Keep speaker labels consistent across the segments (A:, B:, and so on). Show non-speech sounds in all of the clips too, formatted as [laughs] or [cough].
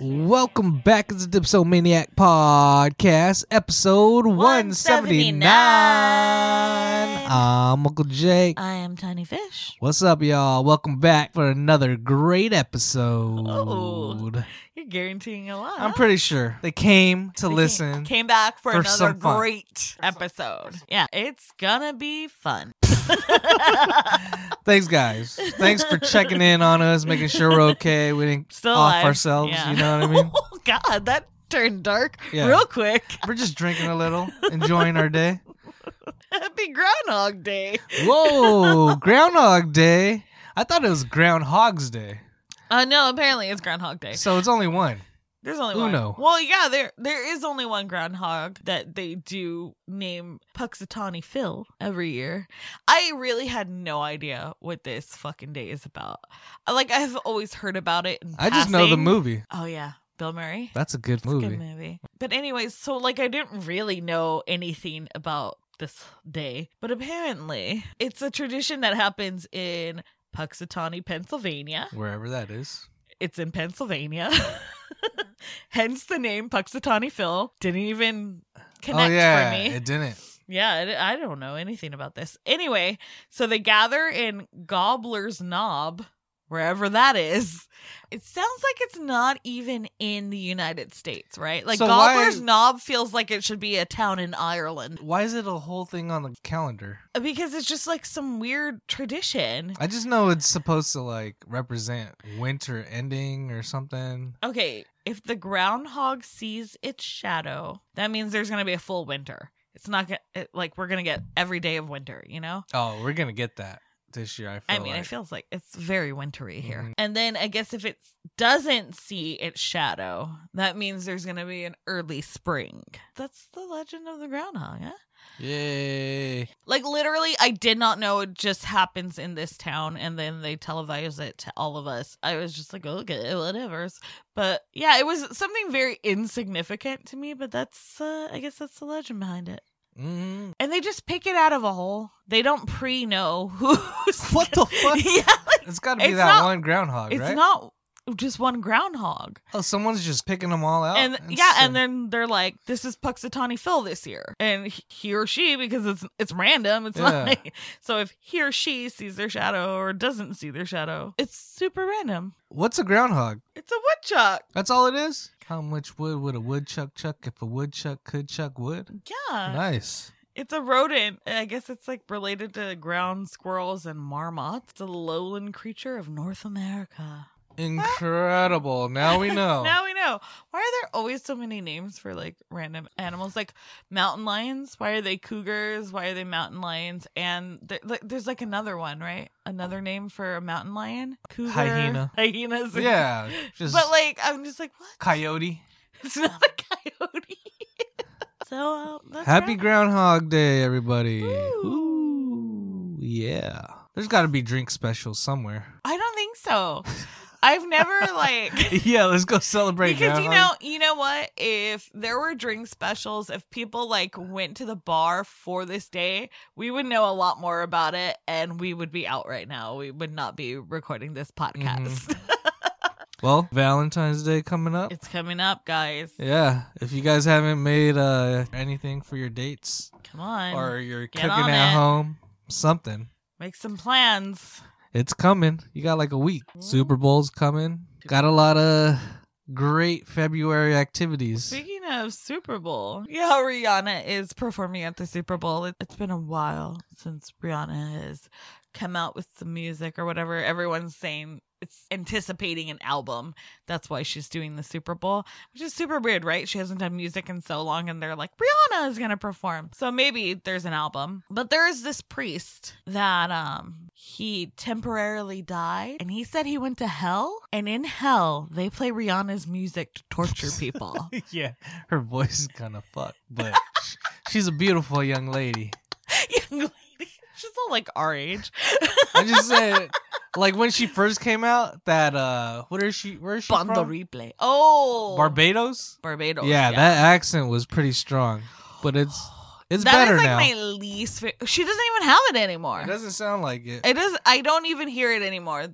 A: Welcome back to the Dipsomaniac Podcast, episode 179.
B: 179.
A: I'm Uncle Jay.
B: I am Tiny Fish.
A: What's up, y'all? Welcome back for another great episode.
B: Oh. You're guaranteeing a lot.
A: I'm pretty sure they came to
B: They came-
A: listen.
B: Came, back for,
A: for
B: another
A: some fun.
B: great episode. Yeah, it's gonna be fun. [laughs]
A: Thanks, guys. Thanks for checking in on us, making sure we're okay. We
B: [laughs]
A: didn't
B: Still
A: off
B: alive.
A: ourselves.
B: Yeah.
A: You know what I mean?
B: [laughs] oh God, that turned dark
A: Yeah.
B: real quick. [laughs]
A: We're just drinking a little, enjoying our day.
B: Happy Groundhog Day.
A: Whoa, Groundhog Day. I thought it was Groundhog's Day.
B: Uh no, apparently it's Groundhog Day.
A: So it's only one.
B: There's only
A: Uno.
B: one. Well, yeah, there there is only one groundhog that they do name Puxatawny Phil every year. I really had no idea what this fucking day is about. Like I've always heard about it. In
A: I just know the
B: passing.
A: movie.
B: Oh yeah, Bill Murray.
A: That's a good
B: It's a
A: movie.
B: Good movie. But anyways, so like I didn't really know anything about this day, but apparently it's a tradition that happens in Puxatawny, Pennsylvania.
A: Wherever that is.
B: It's in Pennsylvania. [laughs] Hence the name Puxatawny Phil. Didn't even connect
A: oh yeah,
B: for me.
A: it didn't.
B: yeah, I d- I don't know anything about this. Anyway, so they gather in Gobbler's Knob, wherever that is. It sounds like it's not even in the United States, right? Like
A: So why-
B: Gobbler's Knob feels like it should be a town in Ireland
A: Why is it a whole thing on the calendar?
B: because it's just like some weird tradition.
A: I just know it's supposed to like represent winter ending or something.
B: Okay, if the groundhog sees its shadow, that means there's going to be a full winter. It's not gonna, it, like we're going to get every day of winter, you know?
A: Oh, we're gonna get that this year. I feel.
B: I mean,
A: like.
B: it feels like it's very wintry here.
A: Mhm.
B: And then I guess if it doesn't see its shadow, that means there's going to be an early spring. That's the legend of the groundhog, huh?
A: Yay!
B: Like literally, I did not know it just happens in this town, and then they televise it to all of us. I was just like, okay, whatever. But yeah, it was something very insignificant to me. But that's, uh, I guess, that's the legend behind it. [laughs]
A: hmm
B: And they just pick it out of a hole. They don't pre know [laughs] who's
A: What the fuck?
B: [laughs] yeah,
A: It's got to be
B: It's
A: that
B: not-
A: one groundhog,
B: it's
A: right?
B: not just one groundhog.
A: oh, someone's just picking them all out.
B: and yeah, and
A: then
B: then they're like, "This is Puxatawny Phil this year," and he- he or she because it's it's random. It's
A: Yeah.
B: not like [laughs] so if he or she sees their shadow or doesn't see their shadow, it's super random.
A: what's a groundhog?
B: It's a woodchuck.
A: That's all it is. How much wood would a woodchuck chuck if a woodchuck could chuck wood?
B: Yeah,
A: nice.
B: it's a rodent. I guess it's like related to ground squirrels and marmots. It's a lowland creature of North America.
A: Incredible. Now
B: [laughs]
A: we know.
B: Now we know. Why are there always so many names for like random animals? Like mountain lions. Why are they cougars? Why are they mountain lions? And there, like, there's like another one, right? Another name for a mountain lion. Cougar.
A: Hyena.
B: [laughs] Hyenas.
A: yeah. Just
B: But like, I'm just like, what? [laughs]
A: coyote.
B: It's not a coyote. [laughs] so uh, that's
A: Happy
B: right.
A: Groundhog Day, everybody.
B: Ooh.
A: Ooh, yeah. There's got to be drink specials somewhere. [laughs]
B: I don't think so. I've never like. [laughs]
A: yeah, let's go celebrate.
B: because you know
A: Groundhog.
B: you know what if there were drink specials if people like went to the bar for this day we would know a lot more about it and we would be out right now we would not be recording this podcast
A: Mm-hmm. well, Valentine's Day coming up.
B: [laughs] it's coming up guys
A: yeah, if you guys haven't made uh, anything for your dates
B: come on
A: or you're
B: get
A: cooking
B: on
A: at
B: it.
A: home, something.
B: make some plans
A: It's coming. You got like a week.
B: Mm.
A: Super Bowl's coming. Got a lot of great February activities.
B: speaking of super bowl yeah rihanna is performing at the super bowl It- it's been a while since rihanna has come out with some music or whatever everyone's saying it's anticipating an album that's why she's doing the super bowl which is super weird right she hasn't done music in so long and they're like rihanna is gonna perform so maybe there's an album but there is this priest that um he temporarily died and he said he went to hell and in hell they play rihanna's music to torture
A: [laughs]
B: people
A: yeah, her voice is kind of fucked, but sh- she's a beautiful young lady.
B: young lady [laughs] she's all like our age
A: I just said, like when she first came out, that uh, what is she? Where is she
B: Banda
A: from?
B: replay oh
A: Barbados.
B: barbados
A: Yeah, that accent was pretty strong, but
B: [gasps]
A: it's it's
B: That is
A: better
B: like
A: now.
B: my least. Fa- she doesn't even have it anymore.
A: It doesn't sound like it.
B: It is. I don't even hear it anymore.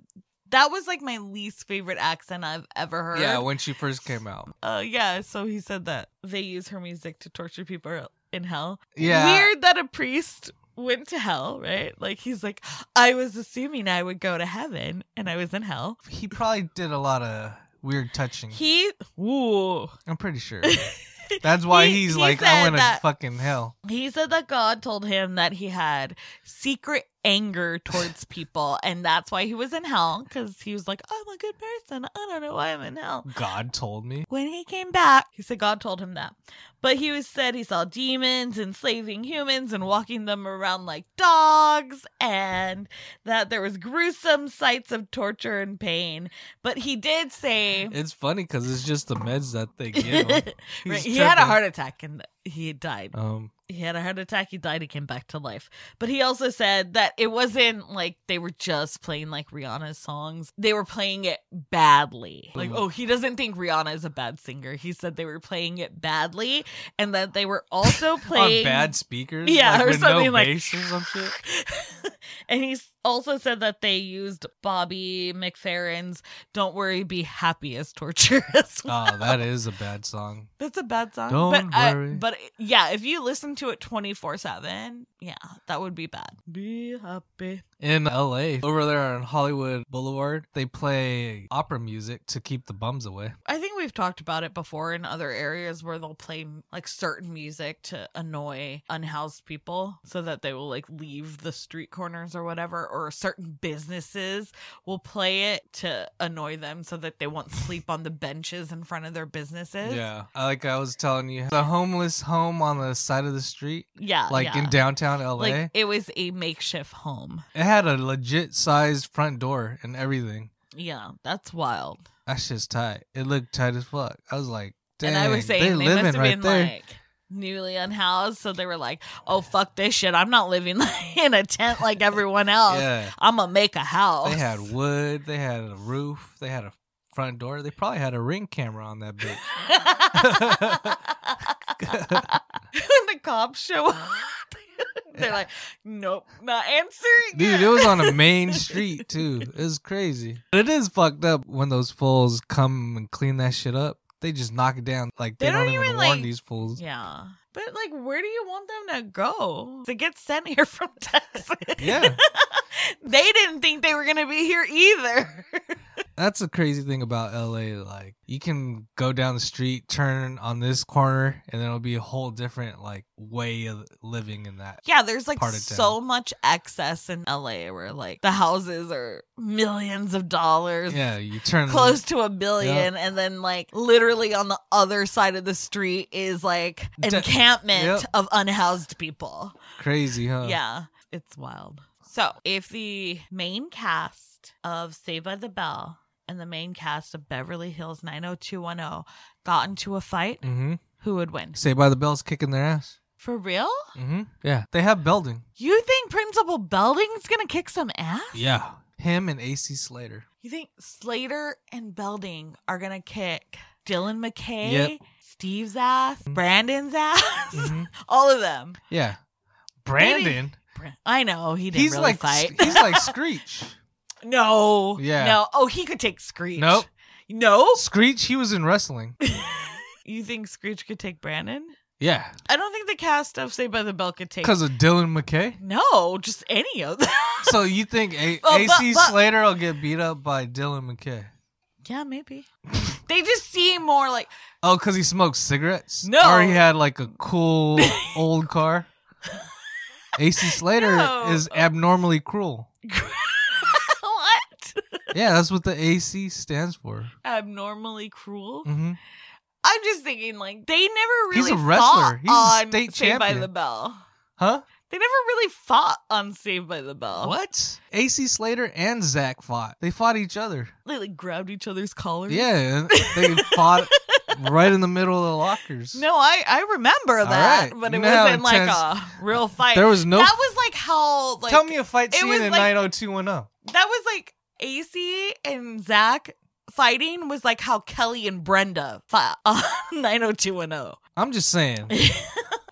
B: That was like my least favorite accent I've ever heard.
A: Yeah, when she first came out.
B: Uh, yeah. So he said that they use her music to torture people in hell.
A: Yeah.
B: Weird that a priest went to hell, right? Like he's like, I was assuming I would go to heaven, and I was in hell.
A: He probably did a lot of weird touching.
B: He, ooh.
A: I'm pretty
B: [laughs]
A: sure. That's why
B: He-
A: he's
B: he
A: like,
B: said
A: I went to
B: that-
A: fucking hell.
B: He said that God told him that he had secret anger
A: [laughs]
B: towards people, and that's why he was in hell because he was like, I'm a good person. I don't know why I'm in hell.
A: God told me.
B: When he came back, he said God told him that. But he was said he saw demons enslaving humans and walking them around like dogs, and that there was gruesome sights of torture and pain. But he
A: [laughs]
B: did say
A: It's funny because it's just the meds that they give
B: [laughs]
A: him. He's
B: Right, he had a
A: tripping.
B: heart attack and he died.
A: Um,
B: he had a heart attack he died he came back to life but he also said that it wasn't like they were just playing like rihanna's songs they were playing it badly like
A: Mm.
B: oh he doesn't think rihanna is a bad singer he said they were playing it badly and that they were also
A: [laughs]
B: playing
A: on
B: [laughs]
A: bad speakers.
B: Yeah,
A: like,
B: or
A: with
B: something
A: no
B: like-
A: bass or some shit. [laughs]
B: and he's also said that they used bobby mcferrin's don't worry be happy as torture [laughs] as well
A: Oh, that is a bad song.
B: That's a bad song.
A: Don't
B: but I-
A: worry.
B: but yeah, if you listen to it 24 7, yeah, that would be bad. Be happy.
A: In LA, over there on Hollywood Boulevard, they play opera music to keep the bums away.
B: I think we've talked about it before in other areas where they'll play like certain music to annoy unhoused people so that they will like leave the street corners or whatever, or certain businesses will play it to annoy them so that they won't sleep on the benches in front of their businesses.
A: Yeah. I- Uh, Like I was telling you, the homeless home on the side of the street,
B: Yeah.
A: like
B: Uh, yeah.
A: in downtown LA,
B: like it was a makeshift home.
A: it had a legit sized front door and everything.
B: Yeah, that's wild.
A: That shit's tight. It looked tight as fuck. I was like, dang,
B: and I was saying
A: they're
B: they
A: living
B: must have
A: right
B: been
A: there.
B: like newly unhoused, so they were like, "Oh fuck this shit! I'm not living [laughs] in a tent like everyone
A: [laughs]
B: else.
A: yeah.
B: I'm gonna make a house."
A: They had [laughs] wood, they had a roof, they had a front door. They probably had a ring camera on that
B: [laughs]
A: bitch.
B: [laughs] when the cops show up, [laughs] they're like, "Nope, not answering."
A: Dude,
B: yet."
A: it
B: [laughs]
A: was on a main street too. It was crazy. It is fucked up when those fools come and clean that shit up. They just knock it down. Like they, don't, even, warn
B: like-
A: these fools.
B: Yeah. But like, where do you want them to go? To get sent here from [laughs] Texas?
A: Yeah.
B: [laughs] they didn't think they were gonna be here either. [laughs]
A: That's the crazy thing about LA. Like you can go down the street, turn on this corner, and then it'll be a whole different like way of living in that.
B: Yeah, there's like
A: part of
B: so
A: town.
B: much excess in LA where like the houses are millions of dollars.
A: Yeah, you turn
B: Close to a billion, and then like literally on the other side of the street is like
A: De-
B: encampment
A: Yep.
B: of unhoused people.
A: crazy, huh?
B: Yeah, it's wild. So, if the main cast of Saved by the Bell and the main cast of Beverly Hills 90210 got into a fight,
A: Mm-hmm.
B: who would win?
A: Say by the bells kicking their ass.
B: For real?
A: Mm-hmm. Yeah. They have Belding.
B: You think Principal Belding's gonna kick some ass?
A: Yeah. Him and AC Slater.
B: You think Slater and Belding are gonna kick Dylan McKay,
A: Yep.
B: Steve's ass, Brandon's ass,
A: [laughs] Mhm.
B: [laughs] all of them?
A: Yeah. Brandon.
B: Bra- I know he didn't
A: He's
B: really
A: like
B: fight.
A: he's like Screech.
B: [laughs] no,
A: Yeah.
B: no. Oh, he could take Screech.
A: Nope.
B: no.
A: Screech, he was in wrestling.
B: You think Screech could take Brandon?
A: Yeah.
B: I don't think the cast of Saved by the Bell could take.
A: Because of Dylan McKay.
B: no, just any of them. [laughs]
A: So you think a-
B: Well, but-
A: AC
B: but-
A: Slater will get beat up by Dylan McKay? [laughs]
B: yeah, maybe. they just seem more like [laughs]
A: Oh, because he smoked cigarettes?
B: No.
A: Or he had like a
B: [laughs]
A: cool old car? AC Slater
B: No.
A: is abnormally cruel.
B: what
A: Yeah, that's what the AC stands for.
B: abnormally cruel.
A: hmm
B: I'm just thinking, like they never
A: He's
B: really
A: a wrestler.
B: fought
A: He's a
B: on
A: state
B: Saved by
A: champion.
B: the Bell.
A: Huh?
B: They never really fought on Saved by the Bell.
A: What? AC Slater and Zach fought. They fought each other.
B: They like grabbed each other's collars.
A: Yeah, they
B: [laughs]
A: fought right in the middle of the lockers.
B: No, I I remember that,
A: right.
B: but
A: You
B: it
A: know how
B: wasn't like
A: intense-
B: a real fight.
A: There was no.
B: that was like how like
A: Tell me a fight
B: it
A: scene
B: was
A: in
B: like-
A: 90210.
B: that was like AC and Zach fighting was [laughs] oh like how Kelly and Brenda fought on 90210. [laughs]
A: I'm just saying.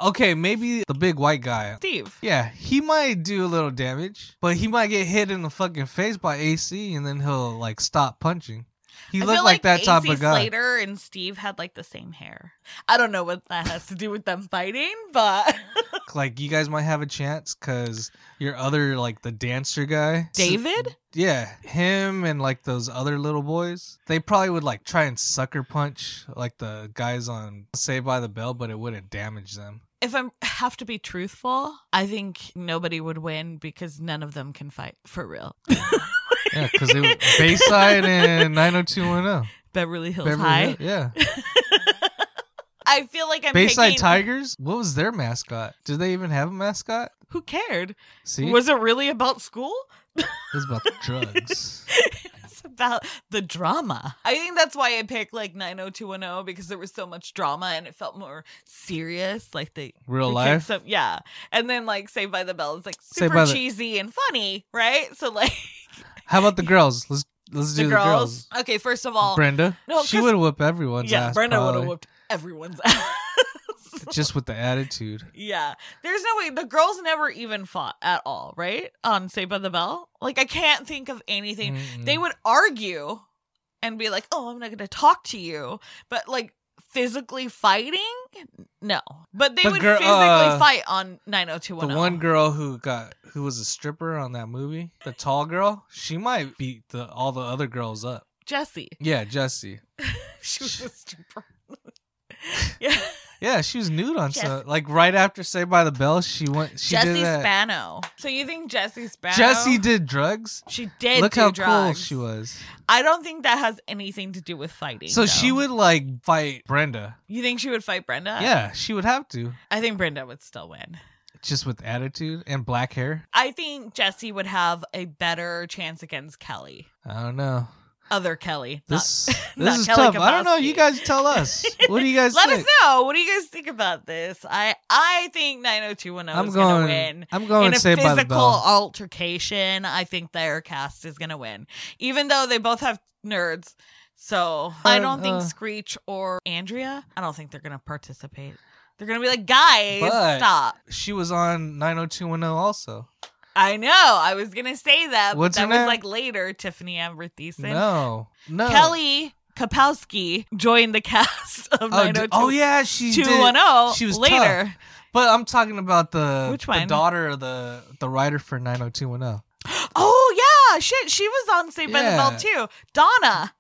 A: Okay, maybe the big white guy.
B: Steve.
A: Yeah, he might do a little damage, but he might get hit in the fucking face by AC, and then he'll like stop punching. He
B: I
A: looked
B: feel
A: like, that
B: AC
A: type of guy.
B: Slater and Steve had like the same hair. I don't know what that has to do with them fighting, but
A: [laughs] Like you guys might have a chance because your other like the dancer guy,
B: David?
A: Yeah, him and like those other little boys, they probably would like try and sucker punch like the guys on Saved by the Bell, but it wouldn't damage them.
B: If I [laughs] have to be truthful, I think nobody would win because none of them can fight for real.
A: Yeah, because they
B: [laughs]
A: were Bayside and 90210.
B: Beverly Hills
A: Beverly
B: High.
A: Hill-
B: [laughs]
A: yeah.
B: I feel like I'm
A: Bayside
B: picking-
A: Tigers? What was their mascot? Did they even have a mascot?
B: Who cared?
A: See,
B: Was it really about school?
A: it was about the
B: [laughs]
A: drugs.
B: it's about the drama. I think that's why I picked like 90210 because there was so much drama and it felt more serious. Like they
A: Real
B: we
A: life?
B: kicked some- yeah. And then like Saved by the Bell is like
A: Saved
B: super
A: by the-
B: cheesy and funny, right? So like
A: How about the girls? Let's let's
B: the
A: do
B: girls. Okay, first of all,
A: Brenda,
B: No,
A: she
B: 'cause-
A: would whoop everyone's
B: yeah,
A: ass.
B: Brenda would have
A: probably,
B: whooped everyone's [laughs] ass.
A: just with the
B: [laughs]
A: attitude.
B: Yeah. There's no way the girls never even fought at all, right? On Saved by the Bell. Like I can't think of anything
A: Mm-mm.
B: they would argue and be like, "Oh, I'm not going to talk to you," but like physically fighting, no. But they
A: The
B: would
A: gir-
B: physically
A: uh,
B: fight on
A: the
B: 90210.
A: one girl who got who was a stripper on that movie, the tall girl, she might beat the all the other girls up. [laughs]
B: Jesse,
A: Yeah, Jesse.
B: she was a stripper. yeah,
A: Yeah, she was nude on
B: Jess-
A: some like right after Saved by the Bell. She went. She
B: Jesse
A: did that.
B: Spano. So you think Jesse Spano?
A: Jesse did drugs.
B: She did.
A: Look
B: do
A: how cool
B: drugs.
A: she was.
B: I don't think that has anything to do with fighting.
A: So she
B: though.
A: would like fight Brenda.
B: You think she would fight Brenda?
A: yeah, she would have to
B: I think Brenda would still win.
A: just with attitude and black hair.
B: I think Jesse would have a better chance against Kelly.
A: I don't know.
B: Other Kelly. not
A: This
B: [laughs] not
A: this is
B: Kelly
A: tough. I don't know. You
B: Kapowski.
A: guys tell us. What do you guys
B: [laughs] Let
A: think?
B: us know. What do you guys think about this? I I think 90210
A: I'm
B: is
A: going.
B: going to win.
A: I'm going
B: In a
A: Saved by the
B: physical
A: Bell.
B: altercation, I think their cast is going to win. Even though they both have nerds. So I
A: Uh,
B: don't think
A: uh.
B: Screech or Andrea, I don't think they're going to participate. They're going to be like, guys,
A: But-
B: stop.
A: She was on 90210 also.
B: I know. I was going to say that. but
A: What's
B: that
A: her
B: was
A: name?
B: like later, Tiffany Amber Thiessen.
A: No, no.
B: Kelly Kapowski joined the [laughs] cast of
A: Oh, d-
B: 902.
A: oh yeah, she did.
B: 210
A: She was
B: later.
A: But I'm talking about the
B: oh. Which
A: the
B: one?
A: daughter of the the writer for 90210.
B: Oh yeah, shit. She was on Saved by
A: Yeah.
B: the Bell too. Donna.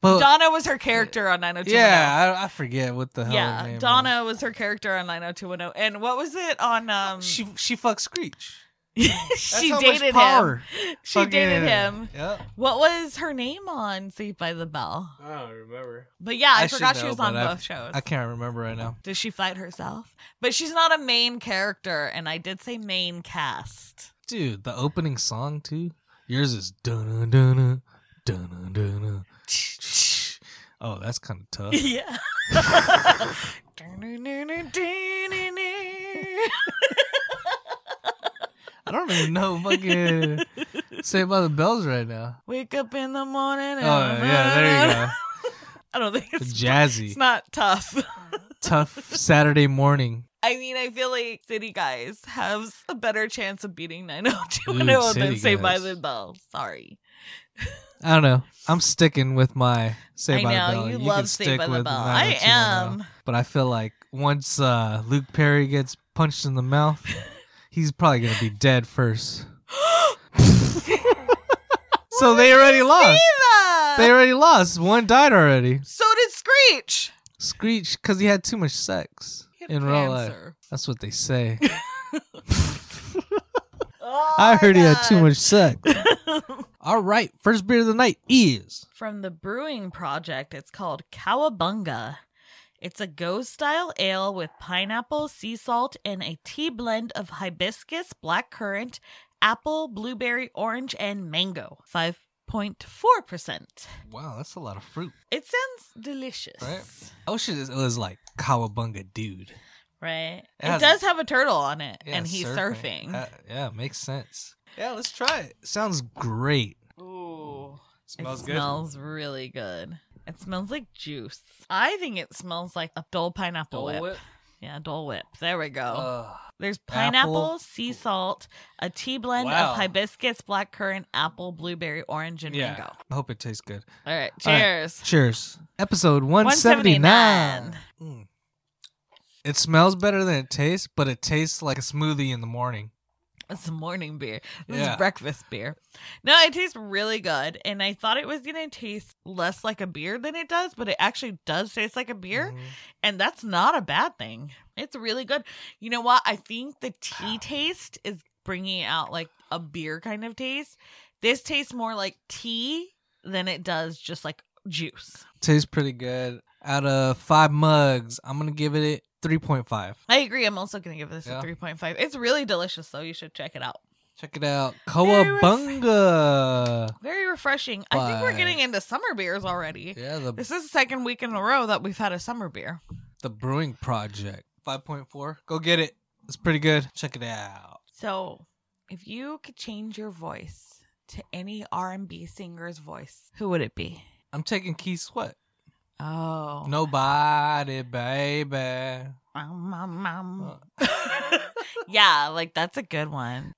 A: But
B: Donna was her character on 90210.
A: yeah, I, I forget what the hell. her name
B: Yeah,
A: is.
B: Donna was her character on 90210. And what was it on um
A: She she fucks Screech. That's
B: [laughs] she
A: how much
B: dated him.
A: power
B: [laughs] She
A: fucking-
B: dated him.
A: Yep.
B: What was her name on Saved by the Bell?
A: I don't remember.
B: But yeah, I,
A: I should
B: forgot she
A: know,
B: was on
A: but I-
B: both shows.
A: I can't remember right now.
B: Does she fight herself? But she's not a main character, and I did say
A: [laughs]
B: main cast.
A: Dude, the opening song too. Yours is dunna dunna dunna dunna. Oh, that's kind of tough.
B: Yeah. [laughs]
A: I don't even know
B: [laughs]
A: fucking Saved by the Bells right now.
B: Wake up in the morning.
A: Oh yeah, there you go.
B: I don't think
A: The
B: it's,
A: jazzy,
B: it's not tough. [laughs]
A: tough Saturday morning.
B: I mean, I feel like City Guys have a better chance of beating
A: Ooh,
B: 90210 than
A: City
B: Saved by
A: Guys.
B: the Bell. Sorry.
A: I don't know. I'm sticking with my Saved by
B: I know,
A: the Bell.
B: you,
A: can
B: love Saved
A: stick
B: by the
A: with
B: Bell. I
A: 90210.
B: am.
A: But I feel like once uh, Luke Perry gets punched in the
B: [laughs]
A: mouth, he's probably gonna be dead
B: [gasps]
A: first. so they already lost. They already lost. One died already.
B: so did Screech.
A: Screech, because he had too much sex
B: He had
A: in real life.
B: cancer.
A: That's what they say.
B: Oh
A: I
B: my
A: heard he had too
B: God.
A: much
B: [laughs]
A: sex. All right, first beer of the night is
B: From the brewing project, it's called Cowabunga. It's a go style ale with pineapple, sea salt, and a tea blend of hibiscus, blackcurrant, apple, blueberry, orange, and mango. 5.4%.
A: wow. That's a lot of fruit.
B: It sounds delicious.
A: Right. I wish it was like Kawabunga, dude.
B: Right? It,
A: It has
B: does
A: a-
B: have a turtle on it,
A: Yeah,
B: and he's surfing.
A: Uh, yeah, makes sense. Yeah, let's try it. Sounds great.
B: Ooh.
A: Uh, Smells
B: it
A: good.
B: smells really good. It smells like juice. I think it smells like a dull pineapple whip. Yeah, Dole Whip. There we go.
A: Ugh.
B: There's
A: Uh, Apple.
B: pineapple, sea salt, a tea blend
A: Wow.
B: of hibiscus, blackcurrant, apple, blueberry, orange, and
A: Yeah.
B: mango.
A: I hope it tastes good.
B: All
A: All
B: right,
A: right.
B: cheers.
A: Cheers. Episode 179.
B: 179.
A: Mm. It smells better than it tastes, but it tastes like a smoothie in the morning.
B: It's a morning beer. This
A: Yeah.
B: is breakfast beer. No, it tastes really good. And I thought it was going to taste less like a beer than it does, but it actually does taste like a beer.
A: Mhm.
B: And that's not a bad thing. It's really good. You know what? I think the
A: [sighs]
B: tea taste is bringing out like a beer kind of taste. This tastes more like tea than it does just like juice.
A: Tastes pretty good. Out of five mugs, I'm going to give it 3.5.
B: I agree. I'm also going to give this
A: Yeah.
B: a 3.5. It's really delicious, though. You should check it out.
A: Check it out.
B: Very ref-
A: Coabunga.
B: Very refreshing. I think we're
A: Why?
B: getting into summer beers already.
A: Yeah, the,
B: This is the second week in a row that we've had a summer beer.
A: the Brewing Project. 5.4. Go get it. It's pretty good. Check it out.
B: So, if you could change your voice to any R&B singer's voice, who would it be?
A: I'm taking Key Sweat.
B: Oh.
A: Nobody, baby.
B: Um, um, um.
A: Uh. [laughs]
B: yeah, like that's a good one.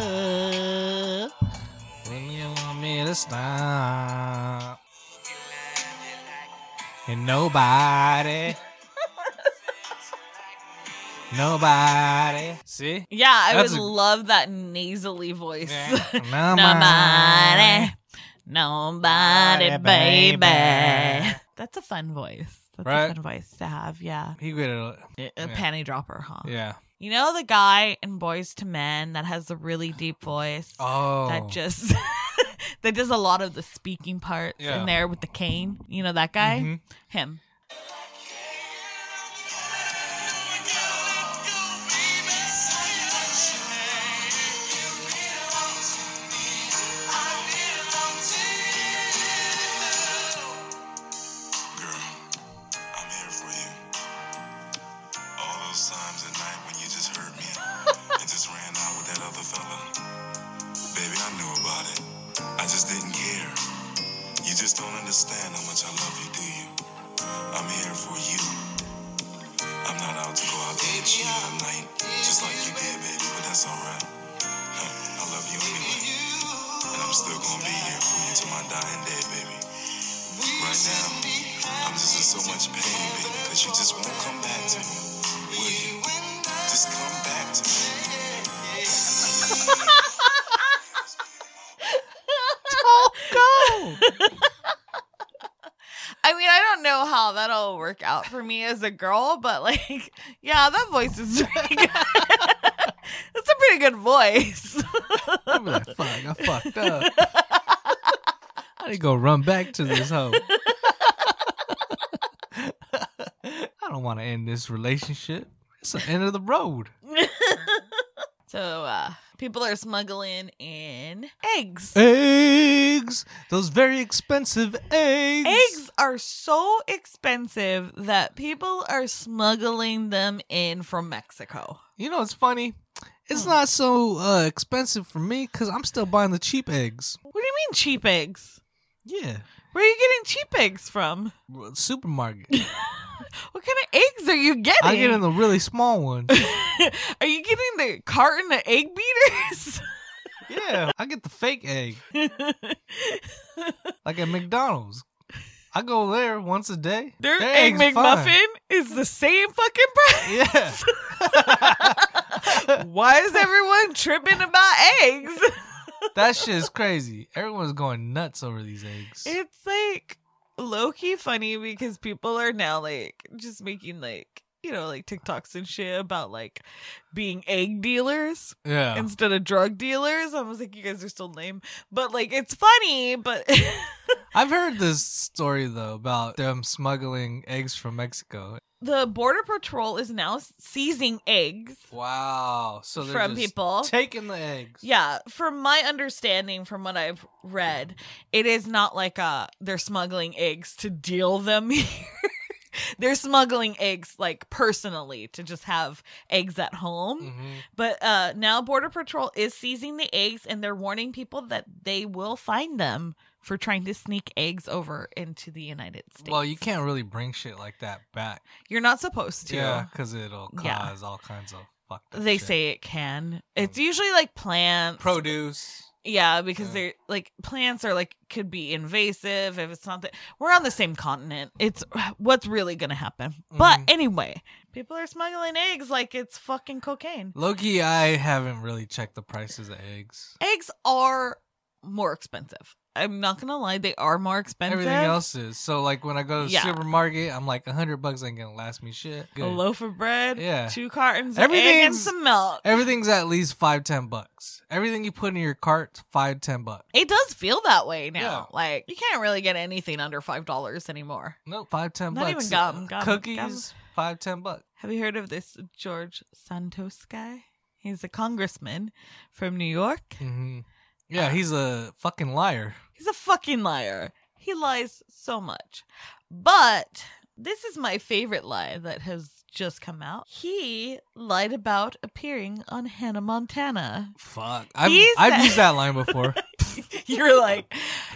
B: Holla.
A: When you want me to stop. And nobody. nobody. See?
B: Yeah, I
A: That's
B: would
A: a-
B: love that nasally
A: [laughs]
B: voice. [laughs]
A: Nobody.
B: Nobody. Nobody,
A: Nobody,
B: baby.
A: baby.
B: That's a fun voice. That's
A: Right?
B: a fun voice to have, yeah.
A: He get it.
B: A
A: Yeah.
B: panty dropper, huh?
A: Yeah.
B: You know the guy in Boys to Men that has a really deep voice?
A: Oh.
B: that just [laughs] that does a lot of the speaking parts
A: Yeah.
B: in there with the cane. You know that guy?
A: Mhm.
B: Him.
C: I'm here for you. All those times at night when you just hurt me and just ran out with that other fella. Baby, I knew about it. I just didn't care. You just don't understand how much I love you, do you? I'm here for you. I'm not out to go out there and cheat at night, just like you did, baby, but that's alright. I love you anyway. And I'm still gonna be here for you till my dying day, baby. Right now, I'm just in so much pain, baby, because you just won't come back to me. Will you? Just come back to me.
B: Oh go. [laughs] I mean, I don't know how that'll work out for me as a girl, but like, yeah, that voice is [laughs] pretty good. That's a pretty good voice. [laughs]
A: I'd [laughs] be like, fuck, I fucked up. [laughs] I need to go run back to this [laughs] hoe. I don't want to end this relationship. It's the end of the road.
B: so, uh, people are smuggling in eggs.
A: Eggs! Those very expensive eggs!
B: Eggs are so expensive that people are smuggling them in from Mexico.
A: You know, it's funny. It's not so uh, expensive for me because I'm still buying the cheap eggs.
B: What do you mean cheap eggs?
A: Yeah.
B: Where are you getting cheap eggs from?
A: Well, Supermarket.
B: What kind of eggs are you getting?
A: I get in the really small
B: [laughs]
A: one.
B: are you getting the carton of egg beaters? [laughs]
A: Yeah. I get the fake egg, like at McDonald's. I go there once a day.
B: Their
A: Their
B: egg
A: egg's
B: McMuffin
A: fine.
B: is the same fucking price.
A: [laughs]
B: [laughs]
A: Yeah.
B: Why is everyone tripping about
A: [laughs]
B: eggs?
A: that shit is crazy. Everyone's going nuts over these eggs.
B: It's like low key funny because people are now like just making like you know like TikToks and shit about like being egg dealers
A: yeah.
B: instead of drug dealers. I was like, you guys are so lame, but [laughs] like it's funny. But
A: I've heard this story though about them smuggling eggs from Mexico.
B: The border patrol is now seizing eggs
A: Wow. So they're
B: from
A: just
B: people.
A: taking the eggs.
B: Yeah, from my understanding, from what I've read, it is not like uh they're smuggling eggs to deal them [laughs] here. they're smuggling eggs like personally to just have eggs at home.
A: Mhm.
B: But uh now Border Patrol is seizing the eggs and they're warning people that they will find them for trying to sneak eggs over into the United States.
A: Well, you can't really bring shit like that back.
B: You're not supposed to.
A: Yeah, because it'll cause
B: Yeah.
A: all kinds of fucked up
B: They
A: shit.
B: say it can. It's
A: Mm.
B: usually like plants.
A: produce.
B: Yeah, because
A: Yeah.
B: they're like plants are like could be invasive if it's not that we're on the same continent. It's [sighs] what's really gonna happen. But
A: Mhm.
B: anyway, people are smuggling eggs like it's fucking cocaine.
A: Loki, I haven't really checked the prices of eggs.
B: Eggs are more expensive. I'm not gonna lie, they are more expensive.
A: Everything else is so like when I go to the
B: Yeah.
A: supermarket, I'm like a hundred bucks ain't gonna last me shit.
B: a
A: Good.
B: loaf of bread,
A: Yeah.
B: two cartons of egg and
A: Everything's-
B: some milk.
A: Everything's at least five ten bucks. Everything you put in your cart, five ten bucks.
B: It does feel that way now.
A: Yeah.
B: Like you can't really get anything under five dollars anymore.
A: No, five ten
B: Not
A: bucks.
B: even gum, gum,
A: Cookies,
B: gum.
A: five ten bucks.
B: Have you heard of this George Santos guy? He's a congressman from New York.
A: hmm Yeah, he's a fucking liar.
B: He's a fucking liar. He lies so much. But this is my favorite lie that has just come out. He lied about appearing on Hannah Montana. [laughs]
A: Fuck, I've,
B: He said-
A: I've used that line
B: [laughs]
A: before.
B: You're like,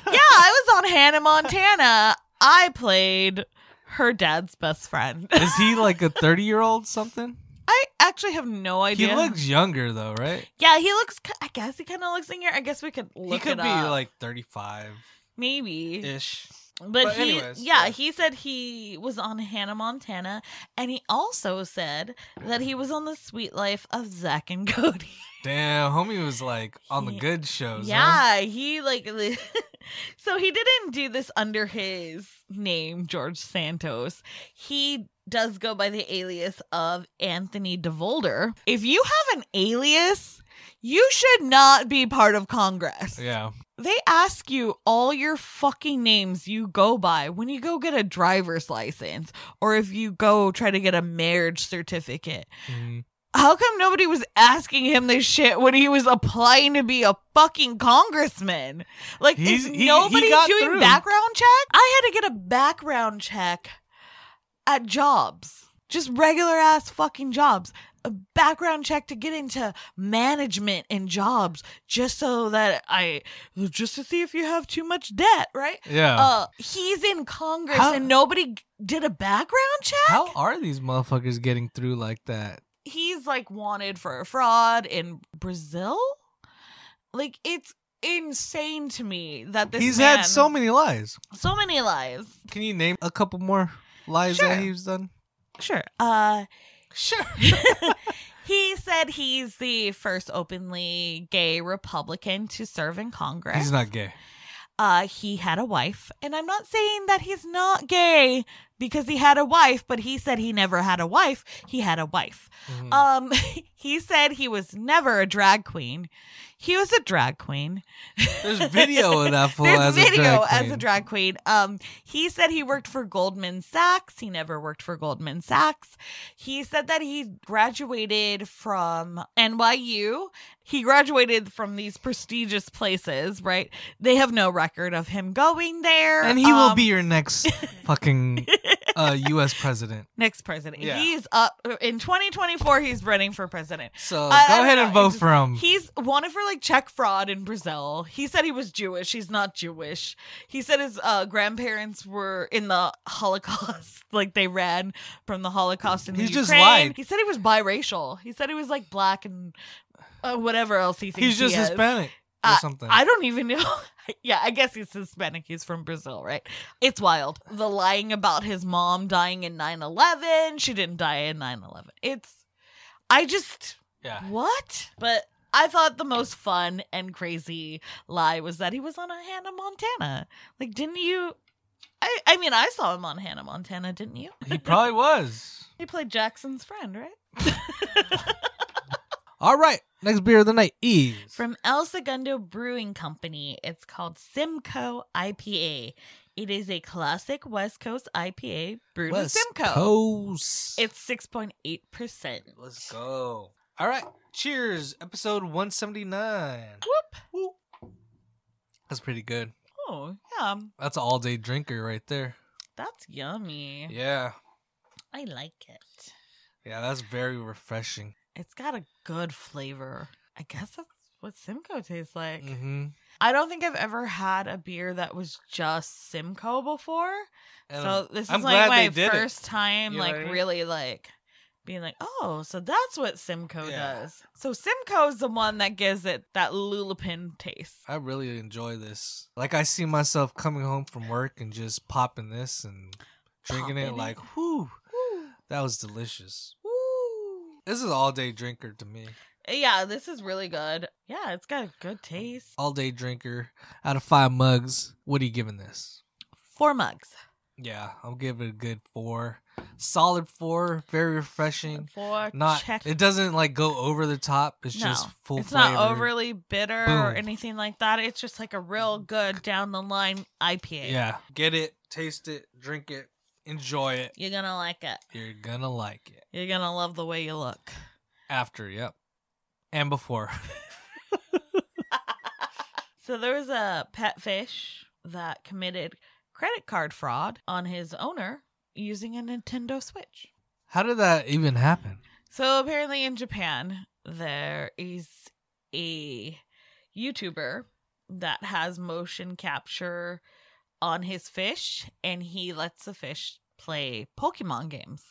B: yeah, I was on Hannah Montana. I played her dad's best friend. [laughs]
A: Is he like a thirty year old something?
B: I actually have no idea.
A: He looks younger though, right?
B: Yeah, he looks. ki- I guess he kind of looks in here. I guess we could look
A: he could
B: it
A: be
B: up.
A: like thirty five
B: maybe.
A: ish.
B: But,
A: But
B: he,
A: anyways,
B: yeah,
A: yeah.
B: he said he was on Hannah Montana, and he also said that he was on the Sweet Life of Zach
A: [laughs]
B: and Cody.
A: Damn, homie was like on the
B: He-
A: good shows. huh?
B: yeah, he like, li- [laughs] so he didn't do this under his name, George Santos. He does go by the alias of Anthony DeVolder. If you have an alias, you should not be part of Congress.
A: yeah.
B: They ask you all your fucking names you go by when you go get a driver's license or if you go try to get a marriage certificate.
A: Mhm.
B: How come nobody was asking him this shit when he was applying to be a fucking congressman? Like,
A: He's-
B: is
A: he- he
B: nobody
A: got
B: doing
A: through.
B: background check? I had to get a background check at jobs, just regular ass fucking jobs. A background check to get into management and jobs, just so that I, just to see if you have too much debt, right?
A: Yeah.
B: Uh, he's in Congress
A: How-
B: and nobody did a background check.
A: How are these motherfuckers getting through like that?
B: he's like wanted for fraud in Brazil. Like it's insane to me that this
A: he's
B: man-
A: had so many lies.
B: so many lies.
A: Can you name a couple more lies
B: Sure.
A: that he's done?
B: Sure. Uh
A: Sure.
B: [laughs] he said he's the first openly gay Republican to serve in Congress.
A: He's not gay.
B: uh he had a wife, and I'm not saying that he's not gay because he had a wife, but he said he never had a wife. He had a wife.
A: Mhm.
B: Um, [laughs] he said he was never a drag queen. He was a drag queen.
A: There's video of that fool
B: There's
A: as
B: video
A: a drag
B: as
A: queen.
B: a drag queen. Um, he said he worked for Goldman Sachs. He never worked for Goldman Sachs. He said that he graduated from NYU. He graduated from these prestigious places, right? They have no record of him going there.
A: and he will
B: Um,
A: be your
B: [laughs]
A: next fucking uh, U.S. president.
B: next president.
A: Yeah.
B: He's up in 2024. He's running for president.
A: So
B: I- I
A: go
B: don't
A: ahead
B: know,
A: and
B: it
A: vote
B: just-
A: for him.
B: He's wanted for like check fraud in Brazil. He said he was Jewish. He's not Jewish. He said his uh, grandparents were in the Holocaust, [laughs] like they ran from the Holocaust in the
A: He just
B: Ukraine.
A: lied.
B: He said he was biracial. He said he was like black and uh, whatever else he thinks
A: he's just
B: he is. Uh,
A: Hispanic or something.
B: I don't even know. [laughs] yeah, I guess he's Hispanic. He's from Brazil, right? It's wild. The lying about his mom dying in 9 11. She didn't die in 9 11. It's. I just.
A: yeah.
B: What? But I thought the most fun and crazy lie was that he was on a Hannah Montana. Like, didn't you? I, I mean, I saw him on Hannah Montana, didn't you?
A: He probably was.
B: He played Jackson's friend, right?
A: Oh, All right. Next beer of the night is
B: From El Segundo Brewing Company, it's called Simcoe IPA. It is a classic West Coast IPA brewed with
A: West
B: Simcoe.
A: Coast.
B: It's 6.8%.
A: Let's go. All right. Cheers. Episode 179.
B: Whoop.
A: Whoop. That's pretty good.
B: Oh, yeah.
A: That's an all day drinker right there.
B: That's yummy.
A: Yeah.
B: I like it.
A: Yeah, that's very refreshing.
B: It's got a good flavor. I guess that's what Simcoe tastes like.
A: Mm-hmm.
B: I don't think I've ever had a beer that was just Simcoe before. So this
A: I'm
B: is
A: glad
B: like
A: they
B: my
A: did it.
B: first time,
A: You know
B: like
A: what I mean?
B: really like being like, oh, so that's what Simcoe
A: Yeah.
B: does. So Simcoe's the one that gives it that lulapin taste.
A: I really enjoy this. Like, I see myself coming home from work and just popping this and drinking
B: Popping
A: it.
B: it.
A: Like, whew,
B: Woo.
A: that was delicious.
B: Woo.
A: This is all day drinker to me.
B: Yeah, this is really good. Yeah, it's got a good taste.
A: All day drinker. Out of five mugs, what are you giving this?
B: Four mugs.
A: Yeah, I'll give it a good four. Solid four. Very refreshing.
B: Four
A: Not
B: check.
A: it doesn't like go over the top. It's just
B: No,
A: full
B: it's
A: flavor.
B: not overly bitter or
A: Boom. Mm,
B: anything like that. It's just like a real good down the line IPA.
A: Yeah. Get it, taste it, drink it, enjoy it.
B: You're gonna like it.
A: You're gonna like it.
B: You're gonna love the way you look.
A: After, yep. And before. [laughs]
B: So there was a pet fish that committed credit card fraud on his owner using a Nintendo Switch.
A: How did that even happen?
B: So apparently in Japan, there is a YouTuber that has motion capture on his fish and he lets the fish play Pokemon games.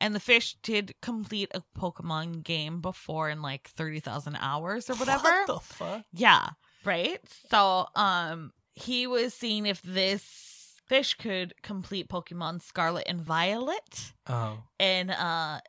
B: And the fish did complete a Pokemon game before in like 30,000 hours or whatever.
A: What the fuck?
B: Yeah, right? So, um he was seeing if this fish could complete Pokemon Scarlet and Violet
A: Oh.
B: and uh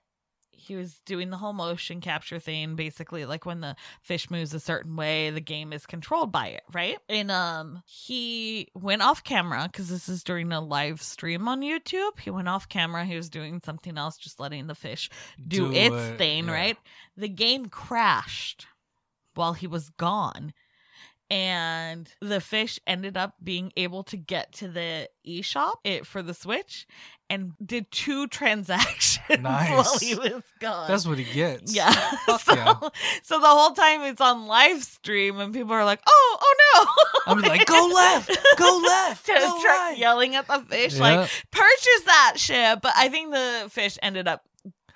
B: he was doing the whole motion capture thing basically like when the fish moves a certain way the game is controlled by it right and um he went off camera because this is during a live stream on youtube he went off camera he was doing something else just letting the fish do, its
A: it,
B: thing,
A: yeah.
B: right? The game crashed while he was gone. And the fish ended up being able to get to the eShop it, for the Switch and did two [laughs] transactions while
A: Nice.
B: he was gone.
A: That's what he gets.
B: yeah.
A: [laughs] Fuck
B: [laughs] so,
A: yeah.
B: so the whole time it's on live stream and people are like, oh, oh no. [laughs]
A: I'm like, go left, go left,
B: To
A: go
B: try-
A: right.
B: Yelling at the fish,
A: Yeah.
B: like, purchase that shit. But I think the fish ended up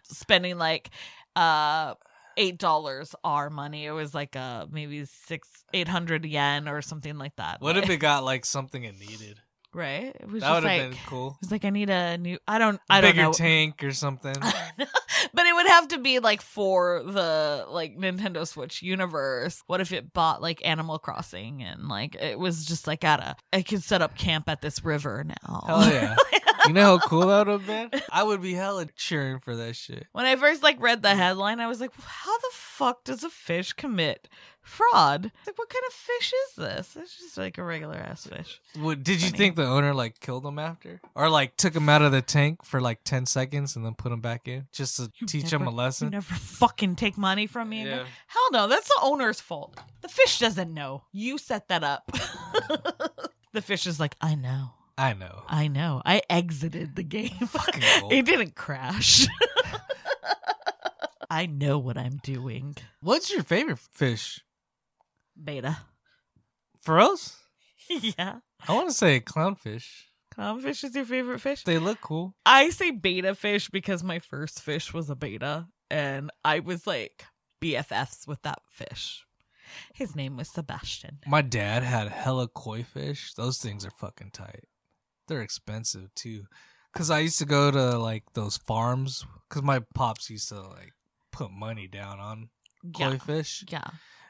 B: spending like uh eight dollars our money. It was like uh maybe six eight hundred yen or something like that.
A: what if it got like something it needed?
B: right? It was
A: That would have
B: just like
A: been
B: it
A: cool.
B: was like I need a new I don't I don't
A: Bigger
B: know.
A: tank or
B: [laughs]
A: something.
B: but it would have to be like for the like Nintendo Switch universe. What if it bought like Animal Crossing and like it was just like at a I can set up camp at this river now.
A: Hell yeah.
B: [laughs]
A: You know how cool that would have been? I would be hella cheering for that shit.
B: When I first like read the headline, I was like, "How the fuck does a fish commit fraud? Like, what kind of fish is this? It's just like a regular ass fish."
A: What, did you
B: Funny.
A: think the owner like killed him after, or like took him out of the tank for like ten seconds and then put him back in just to
B: You
A: teach him
B: never-
A: a
B: You
A: lesson?
B: never fucking take money from me. again. Hell no, that's the owner's fault. The fish doesn't know. You set that up. [laughs] the fish is like, "I know,
A: I know.
B: I know. I exited the [laughs] game.
A: Fucking gold.
B: it didn't crash. [laughs] I know what I'm doing."
A: What's your favorite fish?
B: Beta. [laughs]
A: For us,
B: yeah.
A: I want to say clownfish.
B: Clownfish is your favorite fish?
A: They look cool.
B: I say beta fish because my first fish was a beta and I was like BFFs with that fish. His name was Sebastian.
A: My dad had hella koi fish. Those things are fucking tight. They're expensive too. Cause I used to go to like those farms. Cause my pops used to like put money down on koi
B: Yeah.
A: fish.
B: Yeah.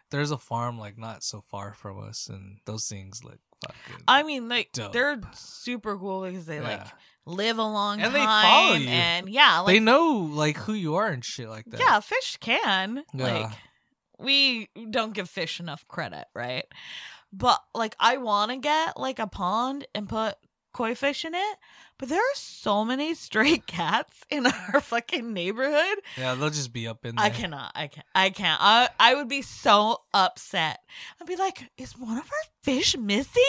A: there's a farm like not so far from us, and those things look fucking.
B: I mean, like
A: Dope.
B: they're super cool because they like
A: Yeah.
B: live a long
A: And they follow
B: time
A: you.
B: and yeah,
A: they
B: like
A: know like who you are and shit like that.
B: yeah, fish can
A: Yeah.
B: like we don't give fish enough credit, right? But like I want to get like a pond and put koi fish in it, but there are so many [laughs] stray cats in our fucking neighborhood.
A: Yeah, they'll just be up in there.
B: I cannot. I can't. I can't. I, I would be so upset. I'd be like, is one of our fish missing?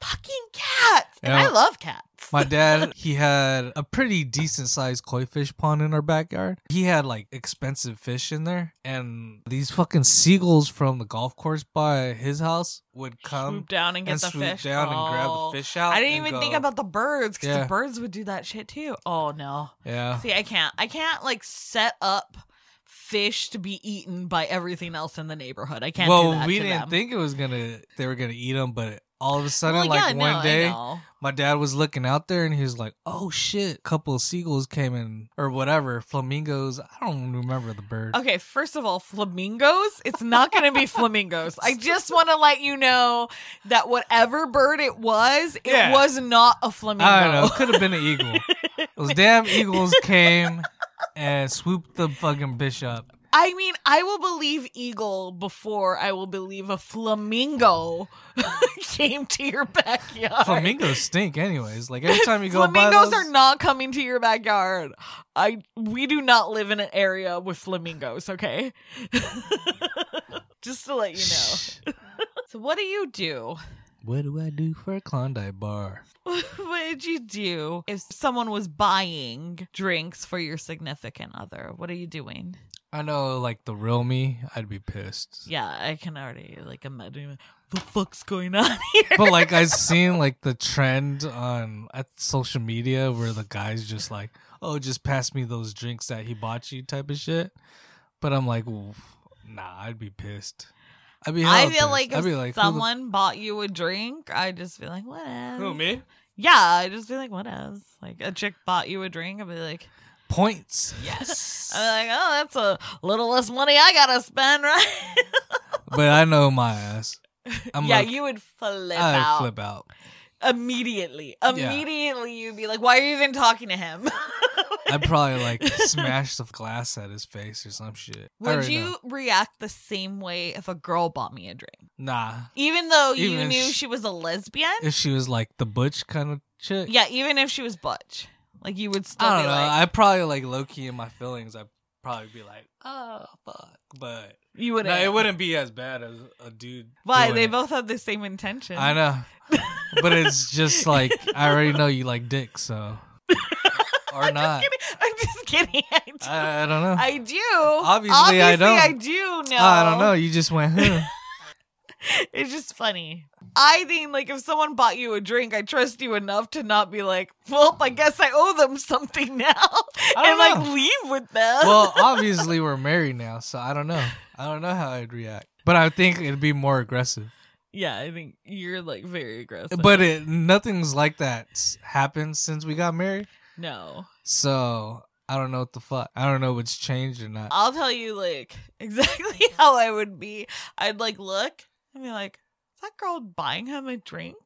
B: Fucking cats. And
A: Yeah.
B: I love cats.
A: My dad, he had a pretty decent sized koi fish pond in our backyard. He had like expensive fish in there, and these fucking seagulls from the golf course by his house would come
B: swoop down and get
A: and
B: the
A: swoop
B: fish.
A: down and grab
B: Oh.
A: the fish out.
B: I didn't
A: and
B: even think
A: go-
B: about the birds because
A: Yeah.
B: the birds would do that shit too. Oh no.
A: Yeah,
B: See, I can't. I can't like set up fish to be eaten by everything else in the neighborhood. I can't. do
A: well,
B: that
A: we
B: to
A: didn't
B: them.
A: think it was gonna they were gonna eat them, but all of a sudden,
B: Well,
A: like
B: yeah,
A: one
B: no, I
A: day,
B: know.
A: my dad was looking out there and he was like, "Oh shit!" A couple of seagulls came in or whatever, flamingos. I don't remember the bird.
B: Okay, first of all, flamingos, it's not
A: [laughs]
B: going to be flamingos. I just want to let you know that whatever bird it was, it
A: Yeah.
B: was not a flamingo.
A: I don't know. It could have been an eagle. Those
B: [laughs]
A: damn eagles came and swooped the fucking fish up.
B: I mean, I will believe eagle before I will believe a flamingo [laughs] came to your backyard.
A: Flamingos stink, anyways. Like every time you go by
B: flamingos
A: those,
B: are not coming to your backyard. I we do not live in an area with flamingos, okay? [laughs] Just to let you know. [laughs] So what do you do? [laughs]
A: What do I do for a Klondike bar?
B: what would you do if someone was buying drinks for your significant other? What are you doing?
A: I know, like the real me, I'd be pissed.
B: Yeah, I can already like imagine the fuck's
A: [laughs]
B: going on here.
A: But like I've seen like the trend on at social media where the guys just like, oh, just pass me those drinks that he bought you type of shit. But I'm like, oof, nah, I'd be pissed. I'd be.
B: I
A: hella
B: feel
A: pissed.
B: like
A: I'd
B: if
A: be like who the-
B: someone bought you a drink, I'd just be like, whatever.
A: Who me?
B: Yeah, I'd just be like, what else? Like a chick bought you a drink, I'd be like,
A: Points. Yes.
B: I'm like, oh, that's a little less money I gotta spend, [laughs] right?
A: [laughs] but I know my ass. I'm
B: yeah,
A: like,
B: you would flip
A: I'd
B: out
A: flip out.
B: immediately.
A: Yeah.
B: Immediately, you'd be like, why are you even talking to him? [laughs]
A: I'd probably like smash the glass at his face or some shit. I
B: Would
A: already
B: you
A: know.
B: react the same way if a girl bought me a drink?
A: Nah.
B: Even though
A: Even
B: you
A: if
B: knew
A: sh-
B: she was a lesbian?
A: If she was like the butch kind of chick.
B: [laughs] yeah, even if she was butch. Like you would still
A: I don't
B: be
A: know.
B: like
A: I'd probably like low key in my feelings. I'd probably be like, oh fuck. But
B: you wouldn't.
A: no, it wouldn't be as bad as a dude.
B: Why?
A: doing
B: They
A: it.
B: both have the same intention.
A: I know. but it's just like I already know you like dick,
B: [laughs]
A: so or not.
B: [laughs] I'm just kidding. [laughs] I do.
A: I, I don't know.
B: I do.
A: Obviously, I don't.
B: I do know.
A: I don't know. You just went. Huh.
B: [laughs] It's just funny. I think like if someone bought you a drink, I trust you enough to not be like, well, I guess I owe them something [laughs] now, and
A: don't
B: like
A: know.
B: leave with them. [laughs]
A: well, obviously we're married now, so I don't know. I don't know how I'd react, but I think it'd be more aggressive.
B: Yeah, I think you're like very aggressive.
A: But it, nothing's like that's happened since we got married,
B: no,
A: so I don't know what the fuck. I don't know what's changed or not.
B: I'll tell you like [laughs] exactly how I would be. I'd like look and be like, is that girl buying him a drink?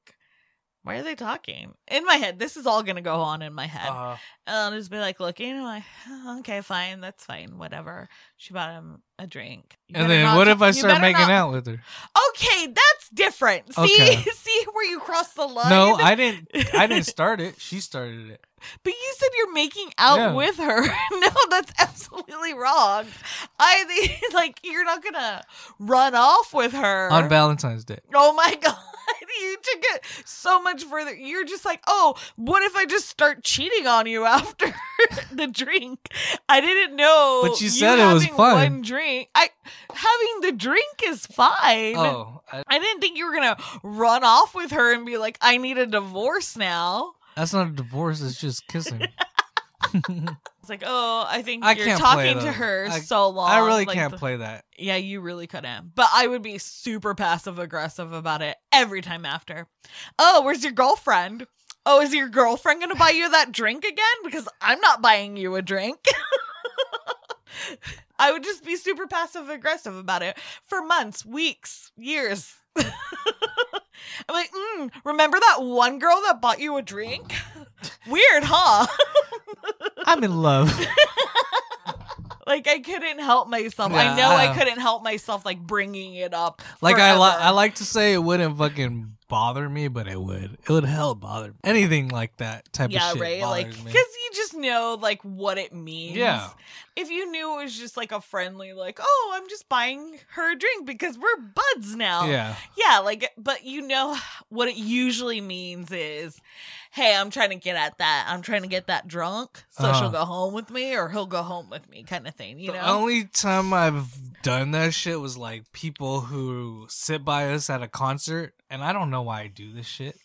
B: Why are they talking? In my head, this is all gonna go on in my head.
A: Uh,
B: And I'll just be like looking, and I'm like, "Huh, okay, fine, that's fine, whatever. She bought him a drink. You
A: and
B: better
A: then
B: not
A: what
B: ta-
A: if I
B: you
A: start
B: better
A: making
B: not-
A: out with her?
B: Okay, that's different. See,
A: Okay.
B: [laughs] see where you cross the line. [laughs]
A: No, I didn't. I didn't start it. She started it.
B: But you said you're making out
A: Yeah.
B: with her. [laughs] no, that's absolutely wrong. I think [laughs] like you're not gonna run off with her.
A: on Valentine's Day.
B: oh my [laughs] god. You took it so much further. You're just like, oh, what if I just start cheating on you after [laughs] the drink? I didn't know.
A: But you said it was
B: having
A: fun.
B: One drink, I having the drink is fine.
A: Oh, I,
B: I didn't think you were gonna run off with her and be like, I need a divorce now.
A: that's not a divorce. It's just
B: [laughs]
A: kissing.
B: It's like, oh, I think
A: I
B: you're
A: can't play
B: talking to
A: those.
B: her
A: I-
B: so long.
A: I really
B: like
A: can't
B: the-
A: play that.
B: Yeah, you really couldn't. But I would be super passive aggressive about it every time after. Oh, where's your girlfriend? Oh, is your girlfriend going to buy you that drink again? Because I'm not buying you a drink. [laughs] I would just be super passive aggressive about it for months, weeks, years. [laughs] I'm like, mm, remember that one girl that bought you a drink? [laughs] Weird, huh? [laughs]
A: I'm in love.
B: Like I couldn't help myself.
A: Yeah,
B: I know I
A: uh,
B: couldn't help myself like bringing it up.
A: Like I
B: forever.
A: like I like to say it wouldn't fucking bother me, but it would. It would hell bother me. Anything like that type
B: yeah,
A: of shit
B: right. Like,
A: bothers
B: because
A: me.
B: you just know like what it means.
A: Yeah.
B: If you knew it was just like a friendly, like, oh, I'm just buying her a drink because we're buds now.
A: Yeah.
B: Yeah, like, but you know what it usually means is, hey, I'm trying to get at that. I'm trying to get that drunk, so
A: Uh-huh.
B: she'll go home with me, or he'll go home with me, kind of thing. You
A: The
B: know?
A: only time I've done that shit was like people who sit by us at a concert, and I don't know why I do this shit,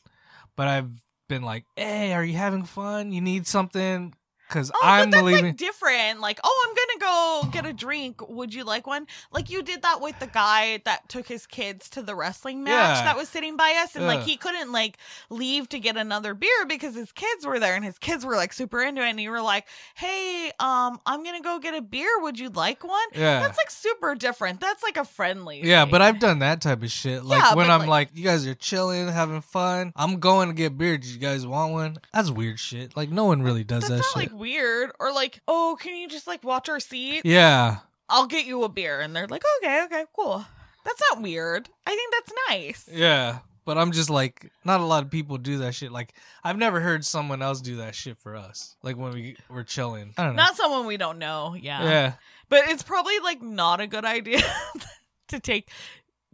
A: but I've been like, "Hey, are you having fun? You need something?" Because
B: Oh,
A: I'm
B: but that's
A: leaving.
B: like different. Like, oh, I'm gonna go get a drink. Would you like one? Like you did that with the guy that took his kids to the wrestling match
A: Yeah.
B: that was sitting by us, and like
A: Yeah.
B: he couldn't like leave to get another beer because his kids were there, and his kids were like super into it, and you were like, hey, um, I'm gonna go get a beer. Would you like one?
A: yeah.
B: That's like super different. That's like a friendly.
A: yeah,
B: thing.
A: but I've done that type of shit. Like
B: Yeah,
A: when
B: but,
A: I'm like,
B: like-
A: you guys are chilling, having fun. I'm going to get beer. Do you guys want one? That's weird shit. Like no one really does
B: That's
A: that
B: not
A: shit.
B: like weird or like, oh, can you just like watch our seat?
A: yeah.
B: I'll get you a beer. And they're like, okay, okay, cool. That's not weird. I think that's nice.
A: Yeah. But I'm just like, not a lot of people do that shit. Like, I've never heard someone else do that shit for us. Like when we were chilling. I don't know.
B: Not someone we don't know.
A: [laughs]
B: Yeah.
A: yeah.
B: But it's probably like not a good idea [laughs] to take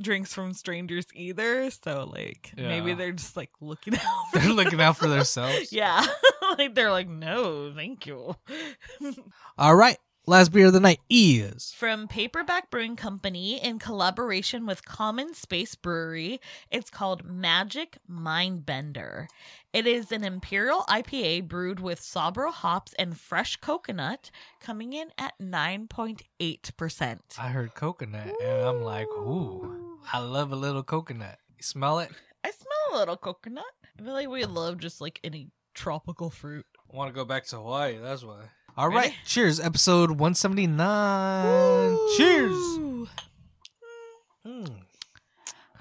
B: drinks from strangers either. So, like, maybe
A: Yeah.
B: they're just like looking [laughs] out. for-
A: They're looking out for themselves.
B: [laughs] yeah. like, they're like, no, thank you.
A: All right. Last beer of the night is.
B: From Paperback Brewing Company in collaboration with Common Space Brewery. It's called Magic Mindbender. It is an imperial IPA brewed with Sabro hops and fresh coconut, coming in at 9.8%.
A: I heard coconut and I'm like, ooh, I love a little coconut. You smell it?
B: I smell a little coconut. I feel like we love just like any tropical fruit.
A: I want to go back to Hawaii. That's why. All right.
B: Ready?
A: Cheers. Episode 179. Cheers.
B: Ooh.
A: Mm.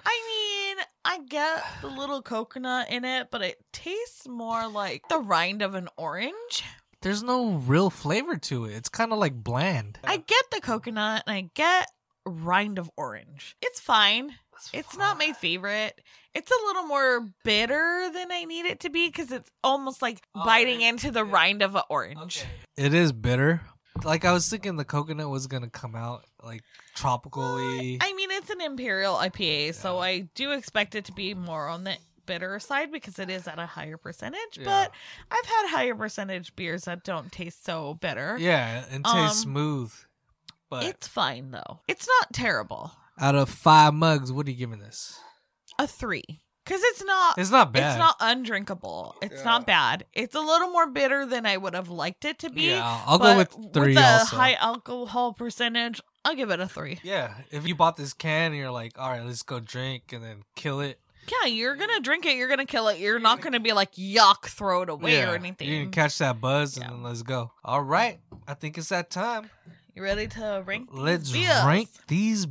B: I mean, I get the little coconut in it, but it tastes more like the rind of an orange.
A: There's no real flavor to it. It's kind of like bland.
B: I get the coconut and I get rind of orange. It's fine. It's not my favorite. It's a little more bitter than I need it to be because it's almost like biting
A: Orange,
B: into the
A: Oh, yeah.
B: rind of an orange.
A: It is bitter. Like I was thinking, the coconut was gonna come out like tropically.
B: I mean, it's an imperial IPA, so
A: Yeah.
B: I do expect it to be more on the bitter side because it is at a higher percentage.
A: Yeah.
B: But I've had higher percentage beers that don't taste so bitter.
A: yeah, and tastes
B: Um,
A: smooth. But
B: It's fine though. It's not terrible.
A: out of five mugs, what are you giving this?
B: A three. Because it's not
A: It's not bad.
B: It's not undrinkable. It's not bad. It's a little more bitter than I would have liked it to be.
A: Yeah, I'll go with
B: but
A: three.
B: With a
A: also.
B: high alcohol percentage, I'll give it a three.
A: yeah, if you bought this can, and you're like, all right, let's go drink and then kill it.
B: Yeah, you're gonna drink it. You're gonna kill it. You're not gonna be like yuck, throw it away
A: Yeah,
B: or
A: You can
B: anything.
A: catch that buzz
B: Yeah.
A: and then let's go. All right, I think it's that time.
B: You ready to rank? these
A: Let's
B: beers?
A: rank these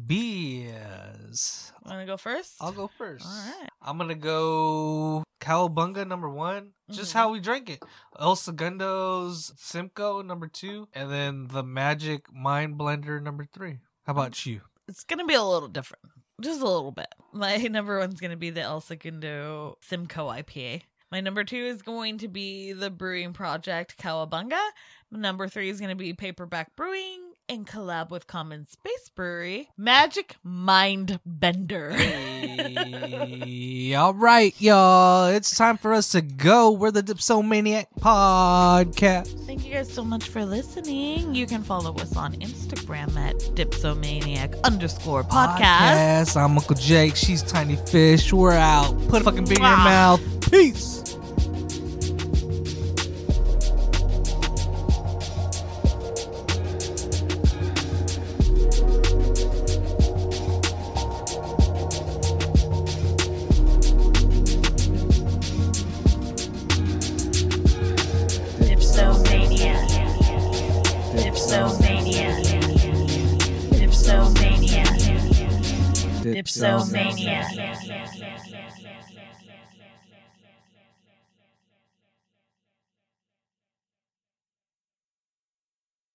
A: beers.
B: Wanna go first?
A: I'll go first.
B: All right.
A: I'm gonna go Cowabunga number one, just
B: Mhm.
A: how we drank it. El Segundo's Simcoe number two, and then the Magic Mind Blender number three. How about
B: [laughs]
A: you?
B: It's gonna be a little different, just a little bit. [laughs] My number one's gonna be the El Segundo Simcoe IPA. My number two is going to be the Brewing Project Cowabunga. My number three is gonna be Paperback Brewing in collab with Common Space Brewery. Magic Mind Bender. [laughs]
A: Hey, All right, y'all. It's time for us to go. We're the Dipsomaniac Podcast.
B: Thank you guys so much for listening. You can follow us on Instagram at dipsomaniac underscore podcast.
A: Podcast. I'm Uncle Jake. She's Tiny Fish. We're out. Put a fucking beer in your
B: Mwah.
A: mouth. Peace.
D: Dipsomania. Dipsomania. Dipsomania. Dipsomania.